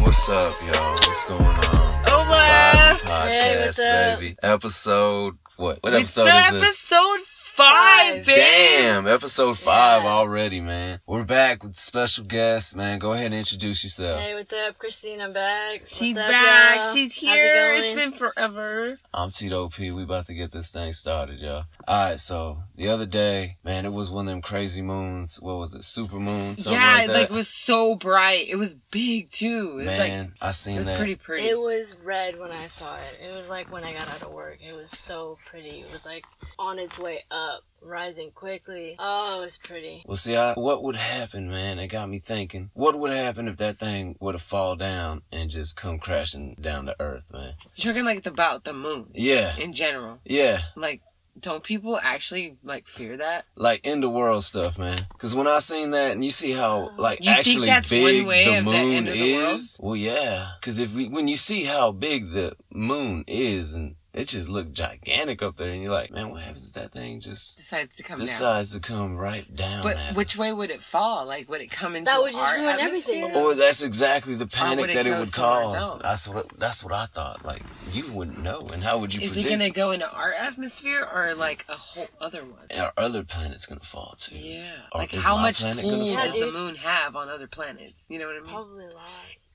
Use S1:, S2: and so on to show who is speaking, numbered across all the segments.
S1: What's up, y'all? What's going on? It's the
S2: Oh,
S1: Vibe Podcast,
S3: Hey, what's up?
S1: baby. Episode what? What
S2: It's
S1: episode
S2: the
S1: is this?
S2: episode five,
S3: Five.
S2: babe.
S1: Damn, episode five
S3: Yeah.
S1: already, man. We're back with special guests, man. Go ahead and introduce yourself.
S3: Hey, what's up, Christine? I'm back.
S2: She's
S3: What's up,
S2: back.
S3: y'all?
S2: She's
S3: How's it
S2: here. It's
S3: going?
S2: been forever.
S1: I'm Tito P. We about to get this thing started, y'all. All right, so the other day, man, it was one of them crazy moons. What was it? Super moon? Something
S2: yeah,
S1: like
S2: it
S1: that.
S2: like was so bright. It was big too. It was,
S1: man,
S2: like
S1: I seen
S2: it was
S1: that.
S2: pretty pretty.
S3: It was red when I saw it. It was like when I got out of work. It was so pretty. It was like on its way up, rising quickly. Oh, it was pretty.
S1: Well, see, I, what would happen, man? It got me thinking. What would happen if that thing were to fall down and just come crashing down to Earth, man?
S2: You're talking like about the moon
S1: Yeah,
S2: in general.
S1: yeah,
S2: Like, don't people actually like fear that?
S1: like end of world stuff, man. Because when I seen that, and you see how like
S2: Uh, You think
S1: actually
S2: that's
S1: big
S2: one way
S1: the
S2: of the
S1: moon
S2: end of the world?
S1: is. Well, yeah. Because if we, when you see how big the moon is, and it just looked gigantic up there, and you're like, man, what happens if that thing just
S2: Decides to come down.
S1: decides to come right down?
S2: But
S1: at
S2: which
S1: us?
S2: way would it fall? Like, would it come into
S3: That would just
S2: our
S3: ruin
S2: atmosphere?
S3: everything.
S1: Or that's exactly the panic
S2: would it
S1: that it
S2: go
S1: would
S2: somewhere
S1: cause.
S2: else?
S1: That's what that's what I thought. Like you wouldn't know, and how would you
S2: Is it
S1: predict?
S2: gonna go into our atmosphere or like a whole other one?
S1: Our other planet's gonna fall too.
S2: Yeah.
S1: Or
S2: like
S1: is
S2: how
S1: my
S2: much
S1: planet gonna
S2: pull
S1: fall?
S2: does
S3: Yeah,
S2: the
S3: dude.
S2: moon have on other planets? You know what I mean?
S3: Probably a lot.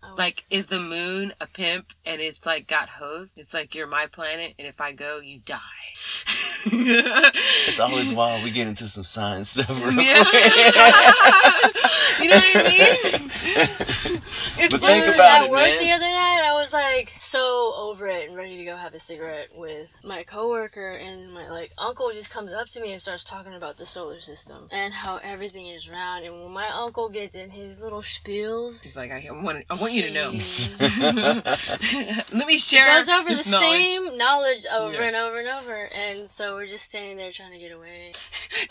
S3: I was-
S2: Like, is the moon a pimp and it's like got hosed? It's like you're my planet, and if I go, you die.
S1: It's always wild. We get into some science stuff. Real
S2: Yeah. you know what I mean? It's
S1: But
S3: Dude,
S1: think about
S3: at
S1: it,
S3: work
S1: man.
S3: the other night, I was like so over it and ready to go have a cigarette with my coworker, and my like uncle just comes up to me and starts talking about the solar system and how everything is round. And when my uncle gets in his little spiels,
S2: He's like, I want, I want you to know.
S3: he
S2: Let me share.
S3: goes over the
S2: this knowledge.
S3: same knowledge over
S2: Yeah.
S3: and over and over, and so we're just standing there trying to get away.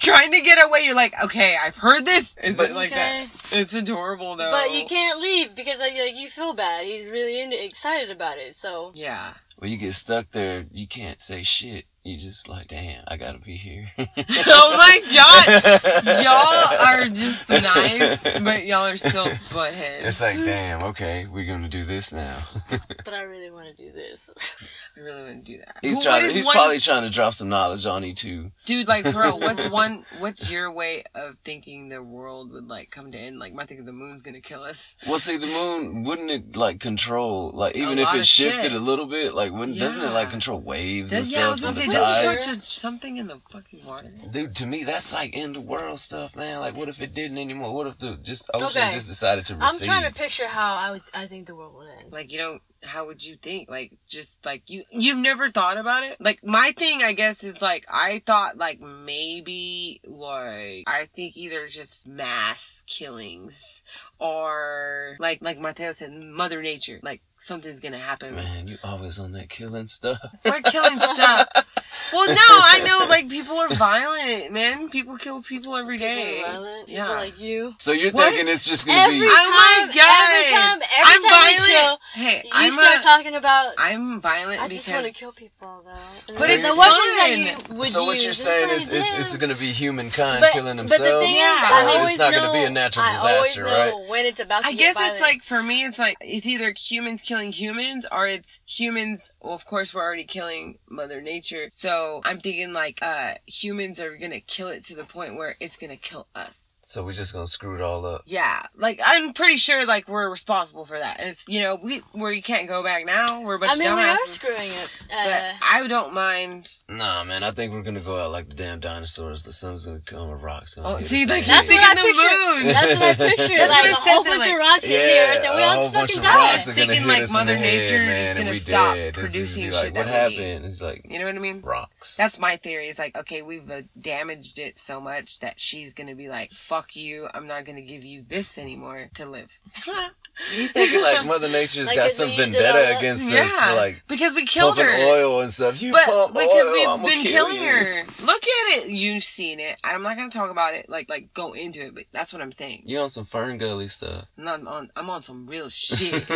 S2: Trying to get away, you're like, okay, I've heard this. Is
S1: But-
S2: it like
S3: Okay.
S2: that? It's adorable though.
S3: But you can't leave because like, like you feel bad. He's really into, excited about it, so
S2: Yeah.
S1: When you get stuck there, you can't say shit. You just like, damn, I gotta be here.
S2: oh my god, y'all are just nice, but y'all are still buttheads.
S1: it's like, damn, okay, we're gonna do this now.
S3: but I really want to do this.
S2: I really wouldn't do that.
S1: he's
S2: Well,
S1: trying.
S2: what is
S1: He's
S2: one-
S1: probably trying to drop some knowledge on you too.
S2: dude. Like, for real, what's one? What's your way of thinking the world would like come to end? Like, my thinking the moon's gonna kill us.
S1: Well, see, the moon wouldn't it like control like even if
S2: lot
S1: it
S2: of
S1: shifted
S2: shit.
S1: a little bit, like wouldn't doesn't it
S2: Yeah.
S1: like control waves and
S2: Does, yeah, I
S1: stuff
S2: was gonna
S1: and the tides?
S2: say,
S3: doesn't it-
S2: does there something in the fucking water?
S1: Dude, to me, that's like end of world stuff, man. Like, what if it didn't anymore? What if the just ocean
S3: Okay.
S1: just decided to
S3: I'm
S1: recede?
S3: trying to picture how I would. I think the world would end.
S2: Like, you don't. How would you think? Like, just like you, you've never thought about it. Like, my thing, I guess, is like I thought, like maybe, like I think either just mass killings or like, like Mateo said, Mother Nature, like something's gonna happen.
S1: Man, you always on that killing stuff.
S2: We're killing stuff. Well, no, I know, like, people are violent, man. People kill people every
S3: People
S2: day.
S3: violent, people
S2: Yeah.
S3: like you.
S1: So you're
S2: What?
S1: thinking it's just gonna
S3: Every
S1: be?
S3: time,
S2: Oh my
S3: every time,
S2: God.
S3: every
S2: I'm
S3: time
S2: violent.
S3: you
S2: Hey,
S3: chill, you
S2: I'm,
S3: start
S2: a-
S3: talking about. I,
S2: I'm violent
S3: just
S2: because
S3: want to kill people though. And
S2: But
S3: the
S1: it's
S3: weapons that
S2: fun.
S3: you would
S1: so what
S3: use,
S1: you're
S3: it's
S1: saying
S3: like,
S1: is it's,
S3: yeah.
S1: it's gonna be humankind
S3: But-
S1: killing
S3: but
S1: themselves,
S3: the thing is,
S2: Yeah.
S3: I
S1: or
S3: always
S1: it's not gonna be
S3: know-
S1: a natural
S3: I always
S1: disaster,
S3: know
S1: right?
S3: When it's about to
S2: I
S3: get
S2: guess
S3: violent.
S2: it's like for me, it's like it's either humans killing humans or it's humans. Well, of course, we're already killing Mother Nature, so I'm thinking like uh humans are gonna kill it to the point where it's gonna kill us.
S1: So we're just gonna screw it all up.
S2: Yeah, like I'm pretty sure like we're responsible for that. It's you know we where you can't go back now. We're a bunch
S3: I mean,
S2: of
S3: we are
S2: dumbasses.
S3: screwing it.
S2: but
S3: Uh,
S2: I don't mind.
S1: Nah, man, I think we're gonna go out like the damn dinosaurs. The sun's gonna come, a rock's gonna
S2: Oh,
S1: hit
S2: see,
S1: us.
S2: like,
S1: in the
S3: that's
S1: head.
S2: Singing
S3: what I
S2: the
S3: pictured.
S2: moon.
S3: That's what I pictured.
S2: That's
S3: like
S2: what I
S3: a
S2: said,
S3: whole
S2: they're
S3: bunch
S2: like-
S3: of rocks
S1: Yeah,
S3: in the earth, and we
S1: a
S3: all
S1: whole
S3: just
S1: bunch
S3: fucking
S1: of
S3: die.
S1: rocks are gonna
S2: Thinking
S1: hit
S2: like
S1: us
S2: Mother
S1: in the head,
S2: Nature is
S1: man, and
S2: gonna
S1: we
S2: stop
S1: dead. It's just
S2: producing
S1: be
S2: shit
S1: like,
S2: that
S1: What
S2: we
S1: happened? It's like
S2: You know what I mean?
S1: rocks.
S2: That's my theory. Is like, okay, we've uh, damaged it so much that she's gonna be like, "Fuck you! I'm not gonna give you this anymore to live."
S1: you think like Mother Nature's
S3: Like,
S1: got
S3: if
S1: some
S3: we use it
S1: vendetta
S3: all-
S1: against
S2: yeah,
S1: us for like
S2: because we killed
S1: pumping
S2: her.
S1: oil and stuff? You
S2: But
S1: pump
S2: because
S1: oil,
S2: we've
S1: I'ma
S2: been
S1: kill
S2: killing
S1: you.
S2: her. Look at it. You've seen it. I'm not gonna talk about it. Like, like go into it. But that's what I'm saying.
S1: You on some fern gully stuff?
S2: I'm not on. I'm on some real shit.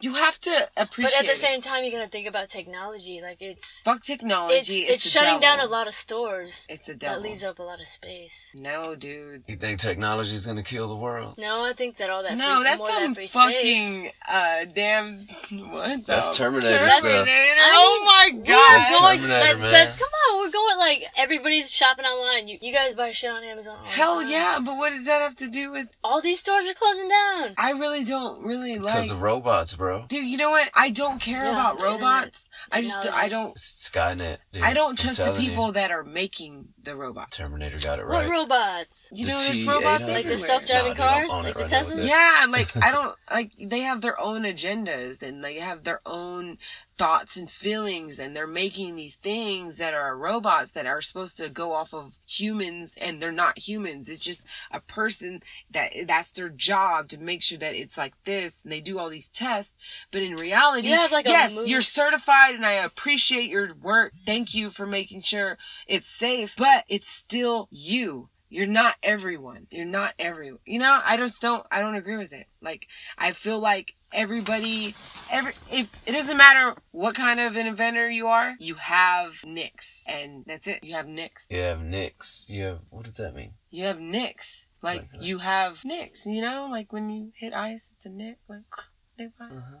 S2: You have to appreciate.
S3: But at the
S2: it.
S3: same time, you gotta think about technology. Like it's
S2: fuck technology.
S3: it's
S2: It's,
S3: it's,
S2: the
S3: shutting
S2: devil.
S3: down a lot of stores
S2: It's the devil.
S3: that leaves up a lot of space.
S2: no, dude.
S1: You think technology's gonna kill the world?
S3: No, I think that all that
S2: no,
S3: free,
S2: that's
S3: more
S2: some
S3: that free space.
S2: fucking uh damn what? the-
S1: That's Terminator
S2: Terminator.
S1: stuff.
S2: oh my
S3: We're
S2: god.
S1: That's
S3: going-
S1: Terminator,
S3: like,
S1: man.
S3: that's- come on, we're going like everybody's shopping online. You, you guys buy shit on Amazon. all the
S2: Hell
S3: time.
S2: yeah, but what does that have to do with?
S3: All these stores are closing down.
S2: I really don't really like.
S1: Because of robots, bro.
S2: Dude, you know what? I don't care
S3: Yeah,
S2: about
S3: the internet,
S2: robots. I just
S3: technology.
S2: I don't
S1: Skynet. Dude.
S2: I
S1: I'm
S2: don't trust the
S1: telling you.
S2: people that are making the robots.
S1: Terminator got it
S3: What
S1: right.
S3: robots?
S2: You
S1: The
S2: know, there's
S1: T800.
S2: robots
S3: Like the
S2: everywhere.
S3: self-driving
S1: Nah, dude, I'm
S3: cars,
S1: on it
S3: like the
S1: right now with
S3: Teslas.
S1: this.
S2: Yeah, and, like I don't like they have their own agendas and they have their own thoughts and feelings and they're making these things that are robots that are supposed to go off of humans and they're not humans. It's just a person that that's their job to make sure that it's like this and they do all these tests, but in reality,
S3: You have, like, a
S2: yes,
S3: movie-
S2: you're certified and I appreciate your work. Thank you for making sure it's safe, but it's still you. You're not everyone. You're not everyone. You know, I just don't, I don't agree with it. Like, I feel like everybody, every, if it doesn't matter what kind of an inventor you are, you have nicks and that's it. You have nicks.
S1: You have nicks. You have what does that mean?
S2: You have nicks. Like,
S1: Like that.
S2: you have nicks, you know, like when you hit ice, it's a nick. Like, nick,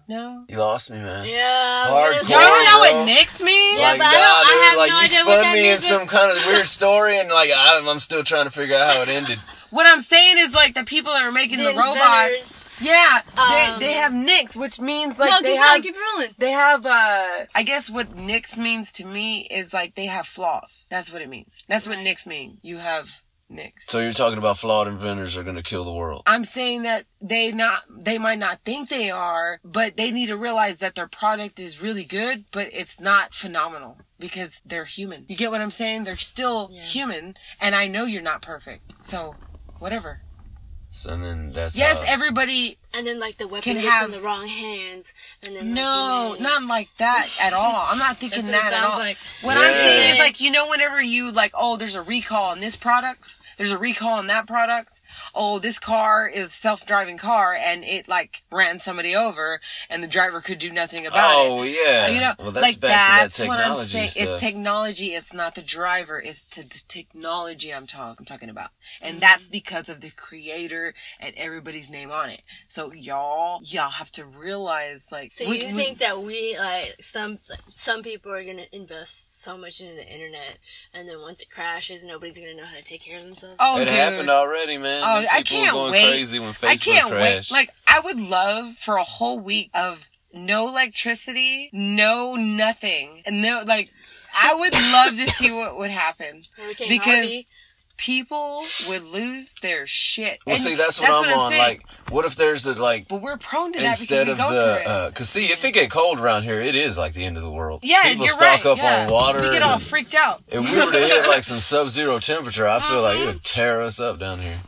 S2: no.
S1: You lost me, man.
S3: Yeah. I was gonna
S1: Hardcore.
S3: say-
S2: Y'all don't know
S1: bro.
S2: what nicks mean?
S3: Yeah,
S1: Like,
S3: but I
S1: nah,
S3: don't- I
S1: dude,
S3: have
S1: like
S3: no
S1: you
S3: idea what
S1: spun
S3: that
S1: me in
S3: means.
S1: some kind of weird story, and like I'm, I'm still trying to figure out how it ended.
S2: What I'm saying is like the people that are making the,
S3: The inventors.
S2: robots. Yeah,
S3: Um,
S2: they, they have nicks, which means
S3: No,
S2: like they
S3: keep
S2: have
S3: rolling. Keep rolling.
S2: they have uh I guess what nicks means to me is like they have flaws. That's what it means. That's what nicks mean. You have nicks.
S1: So you're talking about flawed inventors are gonna kill the world.
S2: I'm saying that they not they might not think they are, but they need to realize that their product is really good, but it's not phenomenal because they're human. You get what I'm saying? They're still
S3: Yeah.
S2: human, and I know you're not perfect. So, whatever.
S1: So and then that's
S2: Yes,
S1: how-
S2: everybody
S3: And then like the weapon gets
S2: have-
S3: in the wrong hands, and then like,
S2: No,
S3: you may-
S2: not like that at all. I'm not thinking
S3: That's what
S2: that
S3: it
S2: at
S3: sounds
S2: all.
S3: like.
S2: What
S1: Yeah.
S2: I'm saying is
S3: Yeah.
S2: like you know whenever you like oh there's a recall on this product, there's a recall on that product. Oh, this car is self-driving car and it like ran somebody over and the driver could do nothing about it.
S1: oh yeah.
S2: You know,
S1: well, that's
S2: like
S1: back
S2: that's
S1: to that
S2: what
S1: technology
S2: I'm saying.
S1: stuff.
S2: It's technology. It's not the driver. It's t- the technology I'm, talk- I'm talking about, and
S1: Mm-hmm.
S2: that's because of the creator and everybody's name on it. So y'all, y'all have to realize, like,
S3: So
S2: we-
S3: you
S2: we-
S3: think that we like some like, some people are gonna invest so much into the internet, and then once it crashes, nobody's gonna know how to take care of themselves.
S2: Oh,
S1: it
S2: dude.
S1: happened already, man.
S2: Oh,
S1: These
S2: I
S1: people were
S2: can't
S1: going
S2: wait.
S1: crazy when Facebook
S2: I can't
S1: crashed.
S2: wait. Like, I would love for a whole week of no electricity, no nothing, and no like. I would love to see what would happen.
S3: Hurricane
S2: because-
S3: Harvey.
S2: People would lose their shit.
S1: well,
S2: And
S1: see, that's what I'm, on.
S2: saying.
S1: Like, what if there's a like
S2: But we're prone to that
S1: instead of
S2: because we go
S1: the
S2: through it.
S1: uh, cause see if it get cold around here, it is like the end of the world.
S2: yeah,
S1: people
S2: you're
S1: stock
S2: right.
S1: up
S2: yeah.
S1: on water.
S2: We get all
S1: and-
S2: freaked out.
S1: If we were to hit like some sub-zero temperature, I feel like it would tear us up down here.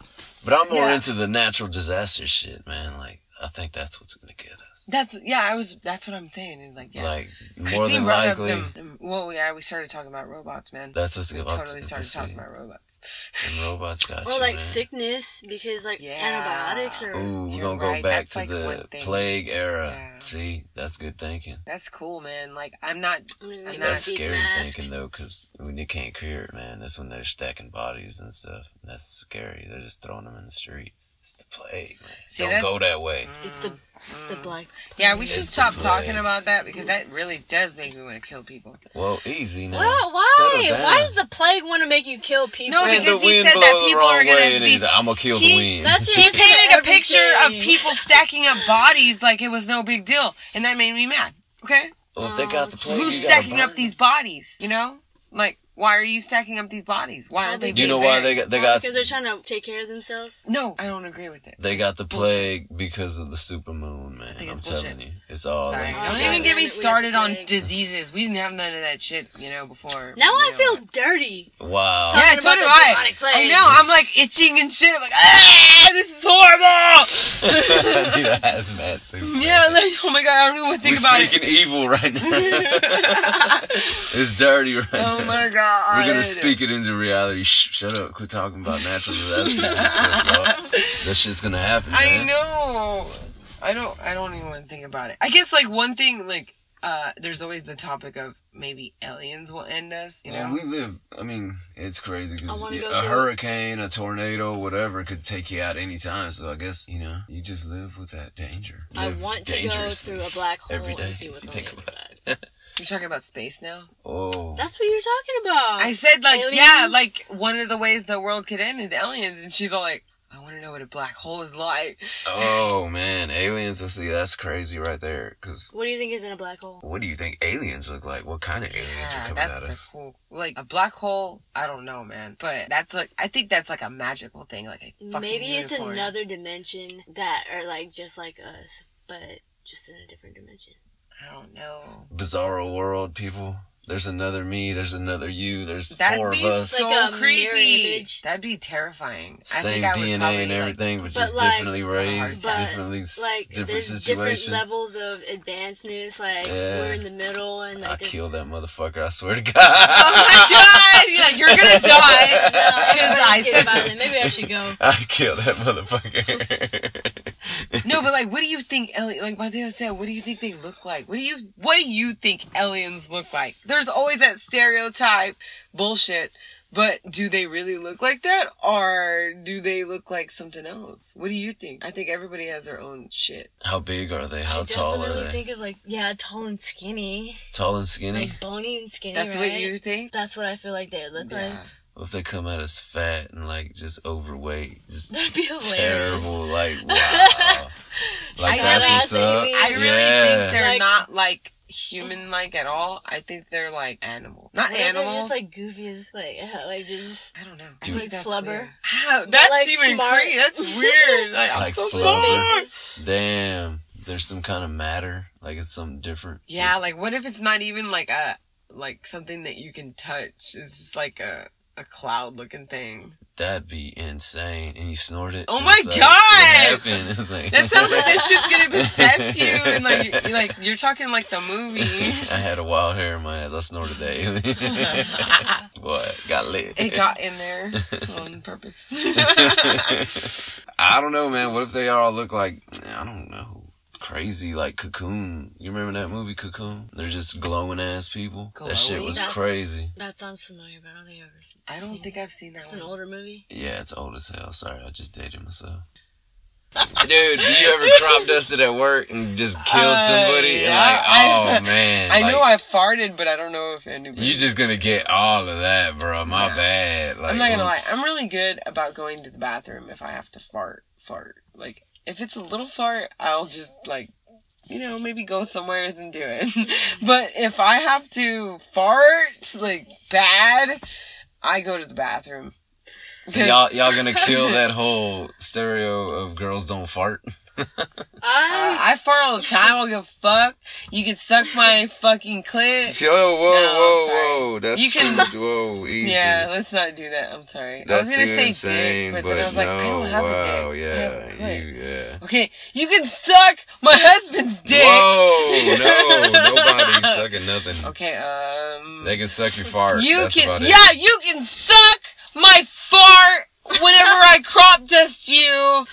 S1: But I'm more
S2: Uh-huh. Yeah.
S1: into the natural disaster shit, man. Like I think that's what's gonna get us.
S2: That's yeah. I was. That's what I'm saying. Is like yeah.
S1: Like more
S2: Christine
S1: than
S2: brought up
S1: likely,
S2: them- them- Well, yeah, we started talking about robots, man.
S1: that's what's
S2: we
S1: gonna
S2: totally
S1: to
S2: started
S1: see.
S2: talking about robots.
S1: And robots got
S3: Well,
S1: you,
S3: like
S1: man.
S3: sickness because like
S2: Yeah.
S3: antibiotics or
S1: Ooh, we're
S2: You're
S1: gonna go
S2: right,
S1: back
S2: that's
S1: to
S2: like
S1: the
S2: one thing.
S1: plague era.
S2: Yeah.
S1: See, that's good thinking.
S2: That's cool, man. Like I'm not.
S3: I'm gonna
S2: I'm
S3: go
S2: not-
S1: That's
S3: deep
S1: scary
S3: mask.
S1: thinking though, because when you can't clear it, man, that's when they're stacking bodies and stuff. That's scary. They're just throwing them in the streets. It's the plague, man.
S2: See,
S1: Don't
S2: that's-
S1: go
S2: Mm-hmm.
S1: that way.
S3: It's the it's the black.
S2: Yeah, we should
S1: It's
S2: stop
S1: the
S2: talking
S1: plague.
S2: about that because that really does make me want to kill people.
S1: Well, easy now.
S3: Well, why? Why does the plague want to make you kill people?
S2: No,
S1: wind,
S2: because
S1: the
S2: he
S1: wind
S2: said
S1: blow
S2: that
S1: the
S2: people
S1: wrong
S2: are gonna
S1: way, and
S2: be-
S1: he's like, I'm gonna kill
S2: he-
S1: the wind.
S3: that's your
S2: He
S3: answer to
S2: painted a picture of
S3: everything.
S2: people stacking up bodies like it was no big deal, and that made me mad. Okay,
S1: well, if they got the plague,
S2: who's
S1: you gotta
S2: stacking up
S1: burn
S2: these bodies? You know, like why are you stacking up these bodies? Why aren't they?
S1: them. You know
S2: being
S1: why
S2: buried?
S1: they got they
S3: Oh,
S1: got
S3: because they're trying to take care of themselves.
S2: No, I don't agree with it.
S1: they got the plague because of the supermoon, man.
S2: think
S1: I'm
S2: it's
S1: telling
S2: bullshit.
S1: you, it's all.
S2: Sorry.
S1: linked
S2: Don't
S1: together.
S2: even get me
S3: We have to
S2: started on
S3: dig.
S2: diseases. We didn't have none of that shit, you know, before.
S3: Now
S2: you
S3: I
S2: know.
S3: feel dirty.
S1: Wow.
S2: Yeah, I told
S3: talking about
S2: you
S3: the
S2: I.
S3: demonic
S2: I
S3: plague.
S2: know. I'm like itching and shit. I'm like, ah, this is horrible.
S1: I need a hazmat suit. man.
S2: Yeah, I'm like, oh my god, I don't even want to think
S1: We're
S2: about it.
S1: speaking evil right now. it's dirty right
S2: Oh
S1: now.
S2: my god.
S1: We're gonna speak it into reality. Shh, shut up. Quit talking about natural disasters. and stuff, y'all. that shit's gonna happen.
S2: I
S1: man.
S2: know. I don't I don't even want to think about it. I guess like one thing like uh there's always the topic of maybe aliens will end us, you
S1: Well,
S2: know.
S1: we live. I mean, it's crazy
S3: I
S1: because
S3: wanna go
S1: a
S3: to-
S1: hurricane, a tornado, whatever could take you out anytime. So I guess you know you just live with that danger.
S3: I
S1: Live
S3: want to go
S1: dangerously
S3: through a black hole
S1: every day.
S3: and see what's on
S1: Think
S3: the other
S1: about
S3: side.
S2: You're talking about space now?
S3: Um,
S1: Oh,
S3: That's what you're talking about.
S2: I said like yeah,
S3: Aliens?
S2: like one of the ways the world could end is aliens and she's all like, I wanna know what a black hole is like.
S1: oh man, aliens. Let's see, that's crazy right there. Because
S3: What do you think is in a black hole?
S1: what do you think aliens look like? What kind of aliens are
S2: Yeah,
S1: coming
S2: that's
S1: at
S2: the
S1: us?
S2: cool. Like a black hole, I don't know, man. But that's like I think that's like a magical thing, like a fucking
S3: Maybe it's
S2: unicorn.
S3: another dimension that are like just like us, but just in a different dimension.
S2: I don't know.
S1: Bizarro world, people. There's another me. There's another you. There's
S2: That'd
S1: four
S2: be
S1: of us.
S2: so
S3: Like a mirror
S2: creepy.
S3: image.
S2: That'd be terrifying.
S1: Same
S2: I would
S1: DNA and
S2: probably, like,
S1: everything, but
S3: but,
S1: just
S3: like,
S1: differently raised,
S3: but,
S1: differently s-
S3: Like
S1: different
S3: there's
S1: situations.
S3: different levels of advancedness. Like
S1: Yeah.
S3: we're in the middle, and
S1: I
S3: like this.
S1: killed that motherfucker. I swear to God.
S2: Oh my god! You're like, you're gonna die.
S3: No,
S2: Because I
S3: I'm just
S2: said
S3: about it. Maybe I should go.
S1: I killed that motherfucker.
S2: no, but like, what do you think, alien? Like my dad said, what do you think they look like? What do you, what do you think aliens look like? There's always that stereotype bullshit. But do they really look like that, or do they look like something else? What do you think? I think everybody has their own shit.
S1: How big are they? How
S3: I
S1: tall are
S3: definitely
S1: they?
S3: think of like yeah, tall and skinny,
S1: Tall and skinny?
S3: like bony and skinny.
S2: That's
S3: right?
S2: what you think.
S3: That's what I feel like they look like.
S2: Yeah.
S1: What if they come out as fat and like just overweight? Just
S3: That'd be hilarious.
S1: terrible. Like, wow. like,
S2: I
S1: that's
S2: gotta
S1: what's
S3: ask you,
S1: up.
S3: Lee.
S2: I really think
S1: yeah.
S2: they're
S3: Like-
S2: not like human like at all. I think they're like animal. Not
S3: What if they're
S2: animal.
S3: just like goofy as like like just
S2: I don't know.
S1: Dude.
S2: I
S3: Like
S2: that's
S3: flubber.
S2: weird. How- that's
S3: Like
S2: even
S3: smart.
S2: crazy. That's weird. Like, I'm
S1: Like
S2: so
S1: flubber.
S2: smart.
S3: faces.
S1: Damn. There's some kind of matter. Like, it's something different.
S2: Yeah, like what if it's not even like a like something that you can touch? It's just like a a cloud looking thing.
S1: That'd be insane. And you snort it.
S2: Oh
S1: and
S2: my
S1: it's like,
S2: God!
S1: What happened? It's like,
S2: That sounds like that shit's gonna possess you and like you- like you're talking like the movie.
S1: I had a wild hair in my ass. I snorted that. Boy, got lit.
S2: it got in there on purpose.
S1: I don't know, man. What if they all look like I don't know, crazy like Cocoon? You remember that movie Cocoon? They're just glowing ass people. That shit
S2: Glowing?
S1: was
S3: That's-
S1: crazy.
S3: That sounds familiar, but I don't think I've ever seen
S2: I don't think
S3: it.
S2: I've seen that
S3: It's
S2: one.
S3: an older movie.
S1: Yeah, it's old as hell. Sorry, I just dated myself. Dude, you ever crop dusted at work and just killed
S2: Uh,
S1: somebody? And
S2: yeah,
S1: like, oh
S2: I-
S1: man,
S2: I know
S1: like,
S2: I farted, but I don't know if anybody.
S1: you just gonna get all of that, bro. My
S2: Yeah.
S1: bad. Like,
S2: I'm not gonna lie.
S1: oops.
S2: I'm really good about going to the bathroom if I have to fart. Fart. Like if it's a little fart, I'll just like, you know, maybe go somewhere and do it. but if I have to fart like bad, I go to the bathroom.
S1: So y'all y'all gonna kill that whole stereo of girls don't fart?
S2: Uh,
S3: I
S2: I fart all the time. I don't give a fuck. You can suck my fucking clit.
S1: Yo, whoa,
S2: No, sorry.
S1: That's
S2: You can-
S1: too- whoa, easy.
S2: Yeah, let's not do that. I'm sorry. I was
S1: That's
S2: gonna
S1: too
S2: say
S1: insane,
S2: dick, but,
S1: but
S2: then I was like, I
S1: no,
S2: don't have
S1: wow,
S2: a dick. I have a
S1: yeah,
S2: clit.
S1: you, yeah.
S2: Okay, you can suck my husband's dick.
S1: Whoa, no, nobody's sucking nothing.
S2: Okay, um.
S1: They can suck your fart.
S2: you
S1: That's
S2: can,
S1: about it.
S2: yeah, you can suck my fart whenever I crop dust you.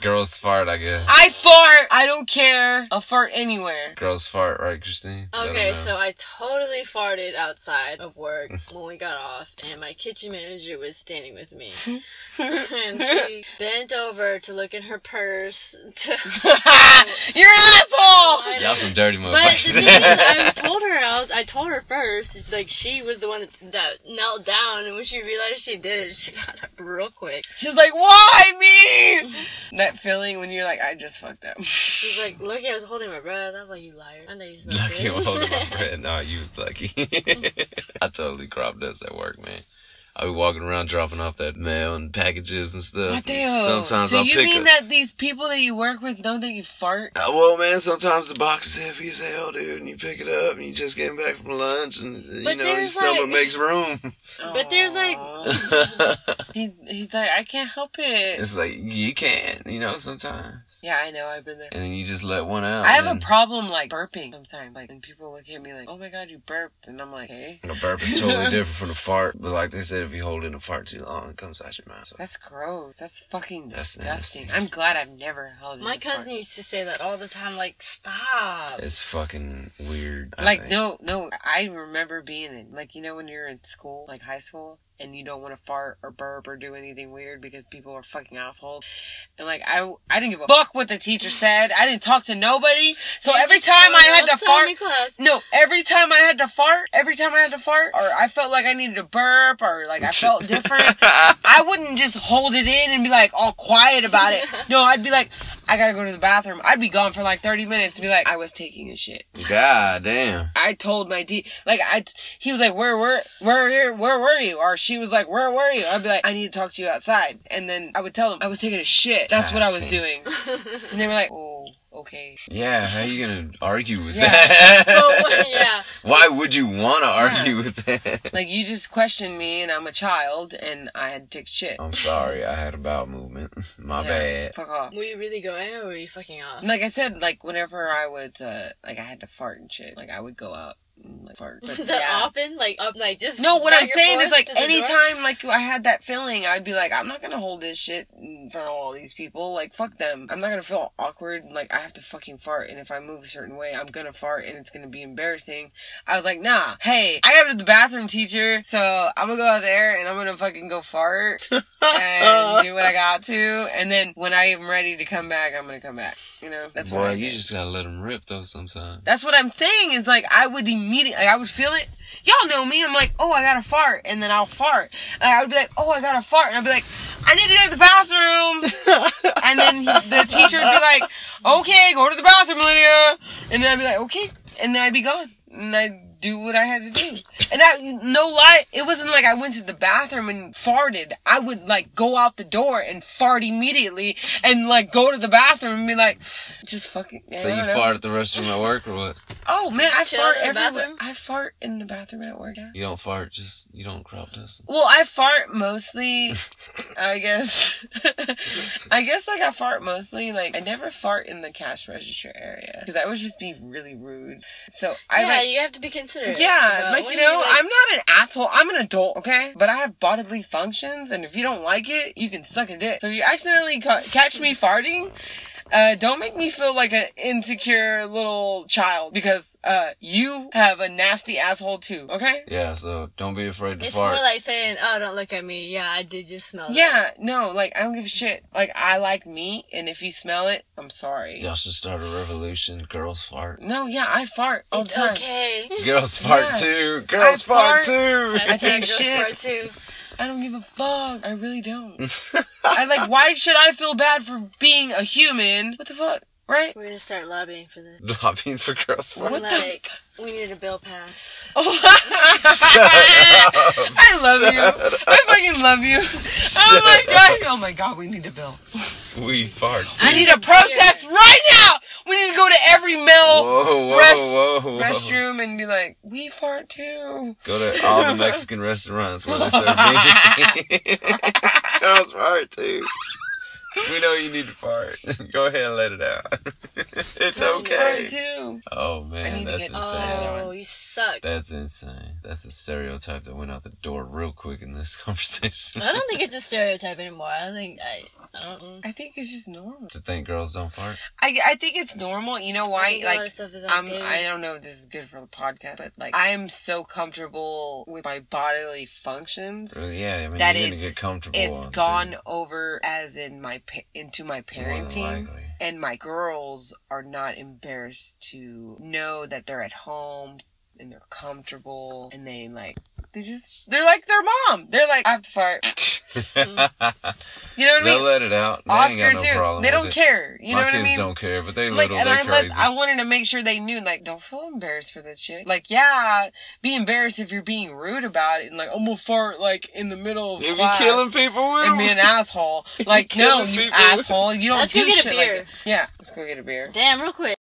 S1: Girls fart, I guess.
S2: I fart. I don't care. I'll fart anywhere.
S1: Girls fart, right, Christine? I don't
S3: okay,
S1: know.
S3: so I totally farted outside of work when we got off, and my kitchen manager was standing with me, and she bent over to look in her purse. To...
S2: You're an asshole.
S1: y'all some dirty
S3: But the
S1: motherfuckers.
S3: thing is, I told her I, was, I told her first. Like she was the one that, that knelt down, and when she realized she did it, she got up real quick.
S2: She's like, why me? That feeling when you're like, I just fucked up.
S3: She's like, "Lucky I was holding my breath." I was like, "You liar! I know you smell
S1: Lucky
S3: good."
S1: I'm holding my breath. Nah, you was lucky. I totally crop dust at work, man. I be walking around dropping off that mail and packages and stuff.
S2: Mateo.
S1: Sometimes
S2: so
S1: I'll
S2: you
S1: pick
S2: mean
S1: up.
S2: that these people that you work with know that you fart?
S1: Uh, well, man, sometimes the box is heavy as hell, dude, and you pick it up and you just came back from lunch and, uh, you
S3: But
S1: know, your
S3: there's,
S1: stomach
S3: like-
S1: makes room.
S3: But there's, like-
S2: Aw. he, he's like, I can't help it.
S1: it's like, you can't, you know, sometimes.
S2: Yeah, I know. I've been there.
S1: And then you just let one out.
S2: I have a
S1: and-
S2: problem like burping sometimes. Like, and people look at me like, "Oh my god, you burped," and I'm like, "Hey."
S1: A burp is totally different from a fart, but like they said, if you hold in a fart too long, it comes out your mouth. So,
S2: That's gross. That's fucking
S1: That's nasty.
S2: disgusting. I'm glad I've never held it
S3: My
S2: in front.
S3: cousin used to say that all the time, like, stop.
S1: it's fucking weird. I
S2: Like
S1: think.
S2: no, no. I remember being in like you know when you're in school, like high school, and you don't want to fart or burp or do anything weird because people are fucking assholes. And like I, I didn't give a fuck what the teacher said. I didn't talk to nobody. So
S3: It
S2: every
S3: just
S2: time I had
S3: all
S2: to
S3: the time
S2: fart,
S3: in class.
S2: no, every time I had to fart, every time I had to fart, or I felt like I needed to burp, or like I felt different, I wouldn't just hold it in and be like all quiet about it. No, I'd be like, I gotta go to the bathroom. I'd be gone for like 30 minutes and be like, I was taking a shit.
S1: God damn.
S2: I told my D, like I, t- he was like, where were, where, where, where were you? Or she was like, where were you? I'd be like, I need to talk to you outside. And then I would tell them I was taking a shit. That's what I was
S1: God
S2: doing. And they were like, oh, okay.
S1: Yeah, how you gonna argue with
S2: Yeah.
S1: that?
S3: But, yeah.
S1: Why would you wanna argue with that?
S2: Like you just questioned me and I'm a child and I had to take a shit.
S1: I'm sorry, I had a bowel movement. My
S2: Yeah,
S1: bad.
S2: Fuck off.
S3: Were you really going or were you fucking off?
S2: Like I said, like whenever I would, uh, like I had to fart and shit, like I would go out and like fart. But,
S3: Was that
S2: yeah.
S3: often? Like, up, like, just.
S2: No, what
S3: back
S2: I'm
S3: and
S2: saying is
S3: forth
S2: like
S3: to the door?
S2: anytime like I had that feeling, I'd be like, I'm not gonna hold this shit in front of all these people. Like fuck them. I'm not gonna feel awkward. Like I have to fucking fart, and if I move a certain way, I'm gonna fart, and it's gonna be embarrassing. I was like, nah. Hey, I got to the bathroom, teacher. So I'm gonna go out there and I'm gonna fucking go fart and do what I got to, and then when I am ready to come back, I'm gonna come back. You know, that's what
S1: Boy,
S2: I
S1: you
S2: did.
S1: just gotta let them rip though sometimes.
S2: That's what I'm saying is like I would immediately like I would feel it. Y'all know me. I'm like, oh, I got to fart, and then I'll fart. Like, I would be like, oh, I got to fart, and I'd be like, I need to go to the bathroom. and then he- the teacher would be like, okay, go to the bathroom, Lydia. And then I'd be like, okay, and then I'd be gone, and I would do what I had to do. And I, no lie, it wasn't like I went to the bathroom and farted. I would like go out the door and fart immediately, and like go to the bathroom and be like, just fucking. I
S1: So you
S2: don't know.
S1: fart at the restroom at work or what?
S2: Oh man, I
S3: Chill
S2: fart
S3: in the
S2: everywhere.
S3: bathroom?
S2: I fart in the bathroom at work. Yeah.
S1: You don't fart, just you don't crop dust.
S2: Well, I fart mostly. I guess. I guess like I fart mostly. Like I never fart in the cash register area because that would just be really rude. So I
S3: yeah,
S2: like.
S3: you have to be considerate.
S2: Yeah,
S3: about
S2: like
S3: when
S2: you know,
S3: like-
S2: I'm not an asshole. I'm an adult, okay? But I have bodily functions, and if you don't like it, you can suck a dick. So if you accidentally ca- catch me farting, uh, don't make me feel like an insecure little child because uh, you have a nasty asshole too, okay?
S1: Yeah, so don't be afraid to
S3: It's
S1: fart.
S3: more like saying, "Oh, don't look at me." Yeah, I did just smell. that.
S2: Yeah, no, like I don't give a shit. Like I like meat, and if you smell it, I'm sorry.
S1: Y'all should start a revolution. Girls fart.
S2: No, yeah, I fart all
S3: it's
S2: the time.
S3: okay.
S1: Girls fart
S2: Yeah.
S1: too. Girls fart,
S2: fart.
S1: too.
S3: Hashtag
S2: take
S3: girls
S2: shit.
S3: part two.
S2: I don't give a fuck. I really don't. I like. Why should I feel bad for being a human? What the fuck, right?
S3: We're gonna start lobbying for this.
S1: Lobbying for girls fart.
S2: What the-
S3: like, we need a bill pass.
S2: Oh. I love you. I fucking love you. oh my god. Oh my god. We need a bill.
S1: We fart too.
S2: We need a protest right now. We need to go to every mill
S1: Whoa, whoa,
S2: Rest-
S1: whoa, whoa.
S2: restroom and be like, we fart too.
S1: Go to all the Mexican restaurants where they serve meat. Girls fart too. We know you need to fart. Go ahead and let it out. it's
S2: We fart
S1: okay.
S2: too.
S1: Oh
S2: I need
S1: man,
S2: to
S1: that's
S2: get-
S1: insane.
S3: Oh, you suck.
S1: That's insane. That's a stereotype that went out the door real quick in this conversation.
S3: I don't think it's a stereotype anymore. I think I, I don't.
S2: I think it's just normal.
S1: to think girls don't fart.
S2: I, I think it's normal. You know
S3: I
S2: why?
S3: think a lot
S2: Like
S3: of stuff is
S2: I'm,
S3: outdated.
S2: I don't know if this is good for the podcast, but like I'm so comfortable with my bodily functions
S1: Really, yeah, I mean
S2: that
S1: you're gonna
S2: it's
S1: get comfortable.
S2: it's
S1: on
S2: gone
S1: doing
S2: over as in my pa- into my
S1: it, more than
S2: parenting.
S1: likely.
S2: And my girls are not embarrassed to know that they're at home and they're comfortable and they like they just they're like their mom. They're like I have to fart. You know what Mm-hmm. I
S1: They'll
S2: mean?
S1: let it out. They ain't
S2: Oscar
S1: got no
S2: too.
S1: problem
S2: They
S1: with
S2: don't
S1: it.
S2: care. You
S1: My
S2: know what I
S1: kids
S2: mean?
S1: don't care, but they
S2: like
S1: little,
S2: and
S1: they
S2: I
S1: crazy.
S2: let I wanted to make sure they knew like don't feel embarrassed for that shit. Like yeah, be embarrassed if you're being rude about it and like I'm gonna fart like in the middle of
S1: If you
S2: class
S1: killing people with
S2: and be an asshole. Like no,
S1: killing
S2: you
S1: people.
S2: asshole, you don't
S3: Let's
S2: do
S3: go get a
S2: shit like
S3: beer.
S2: that. Yeah, let's go get a beer.
S3: Damn, real quick.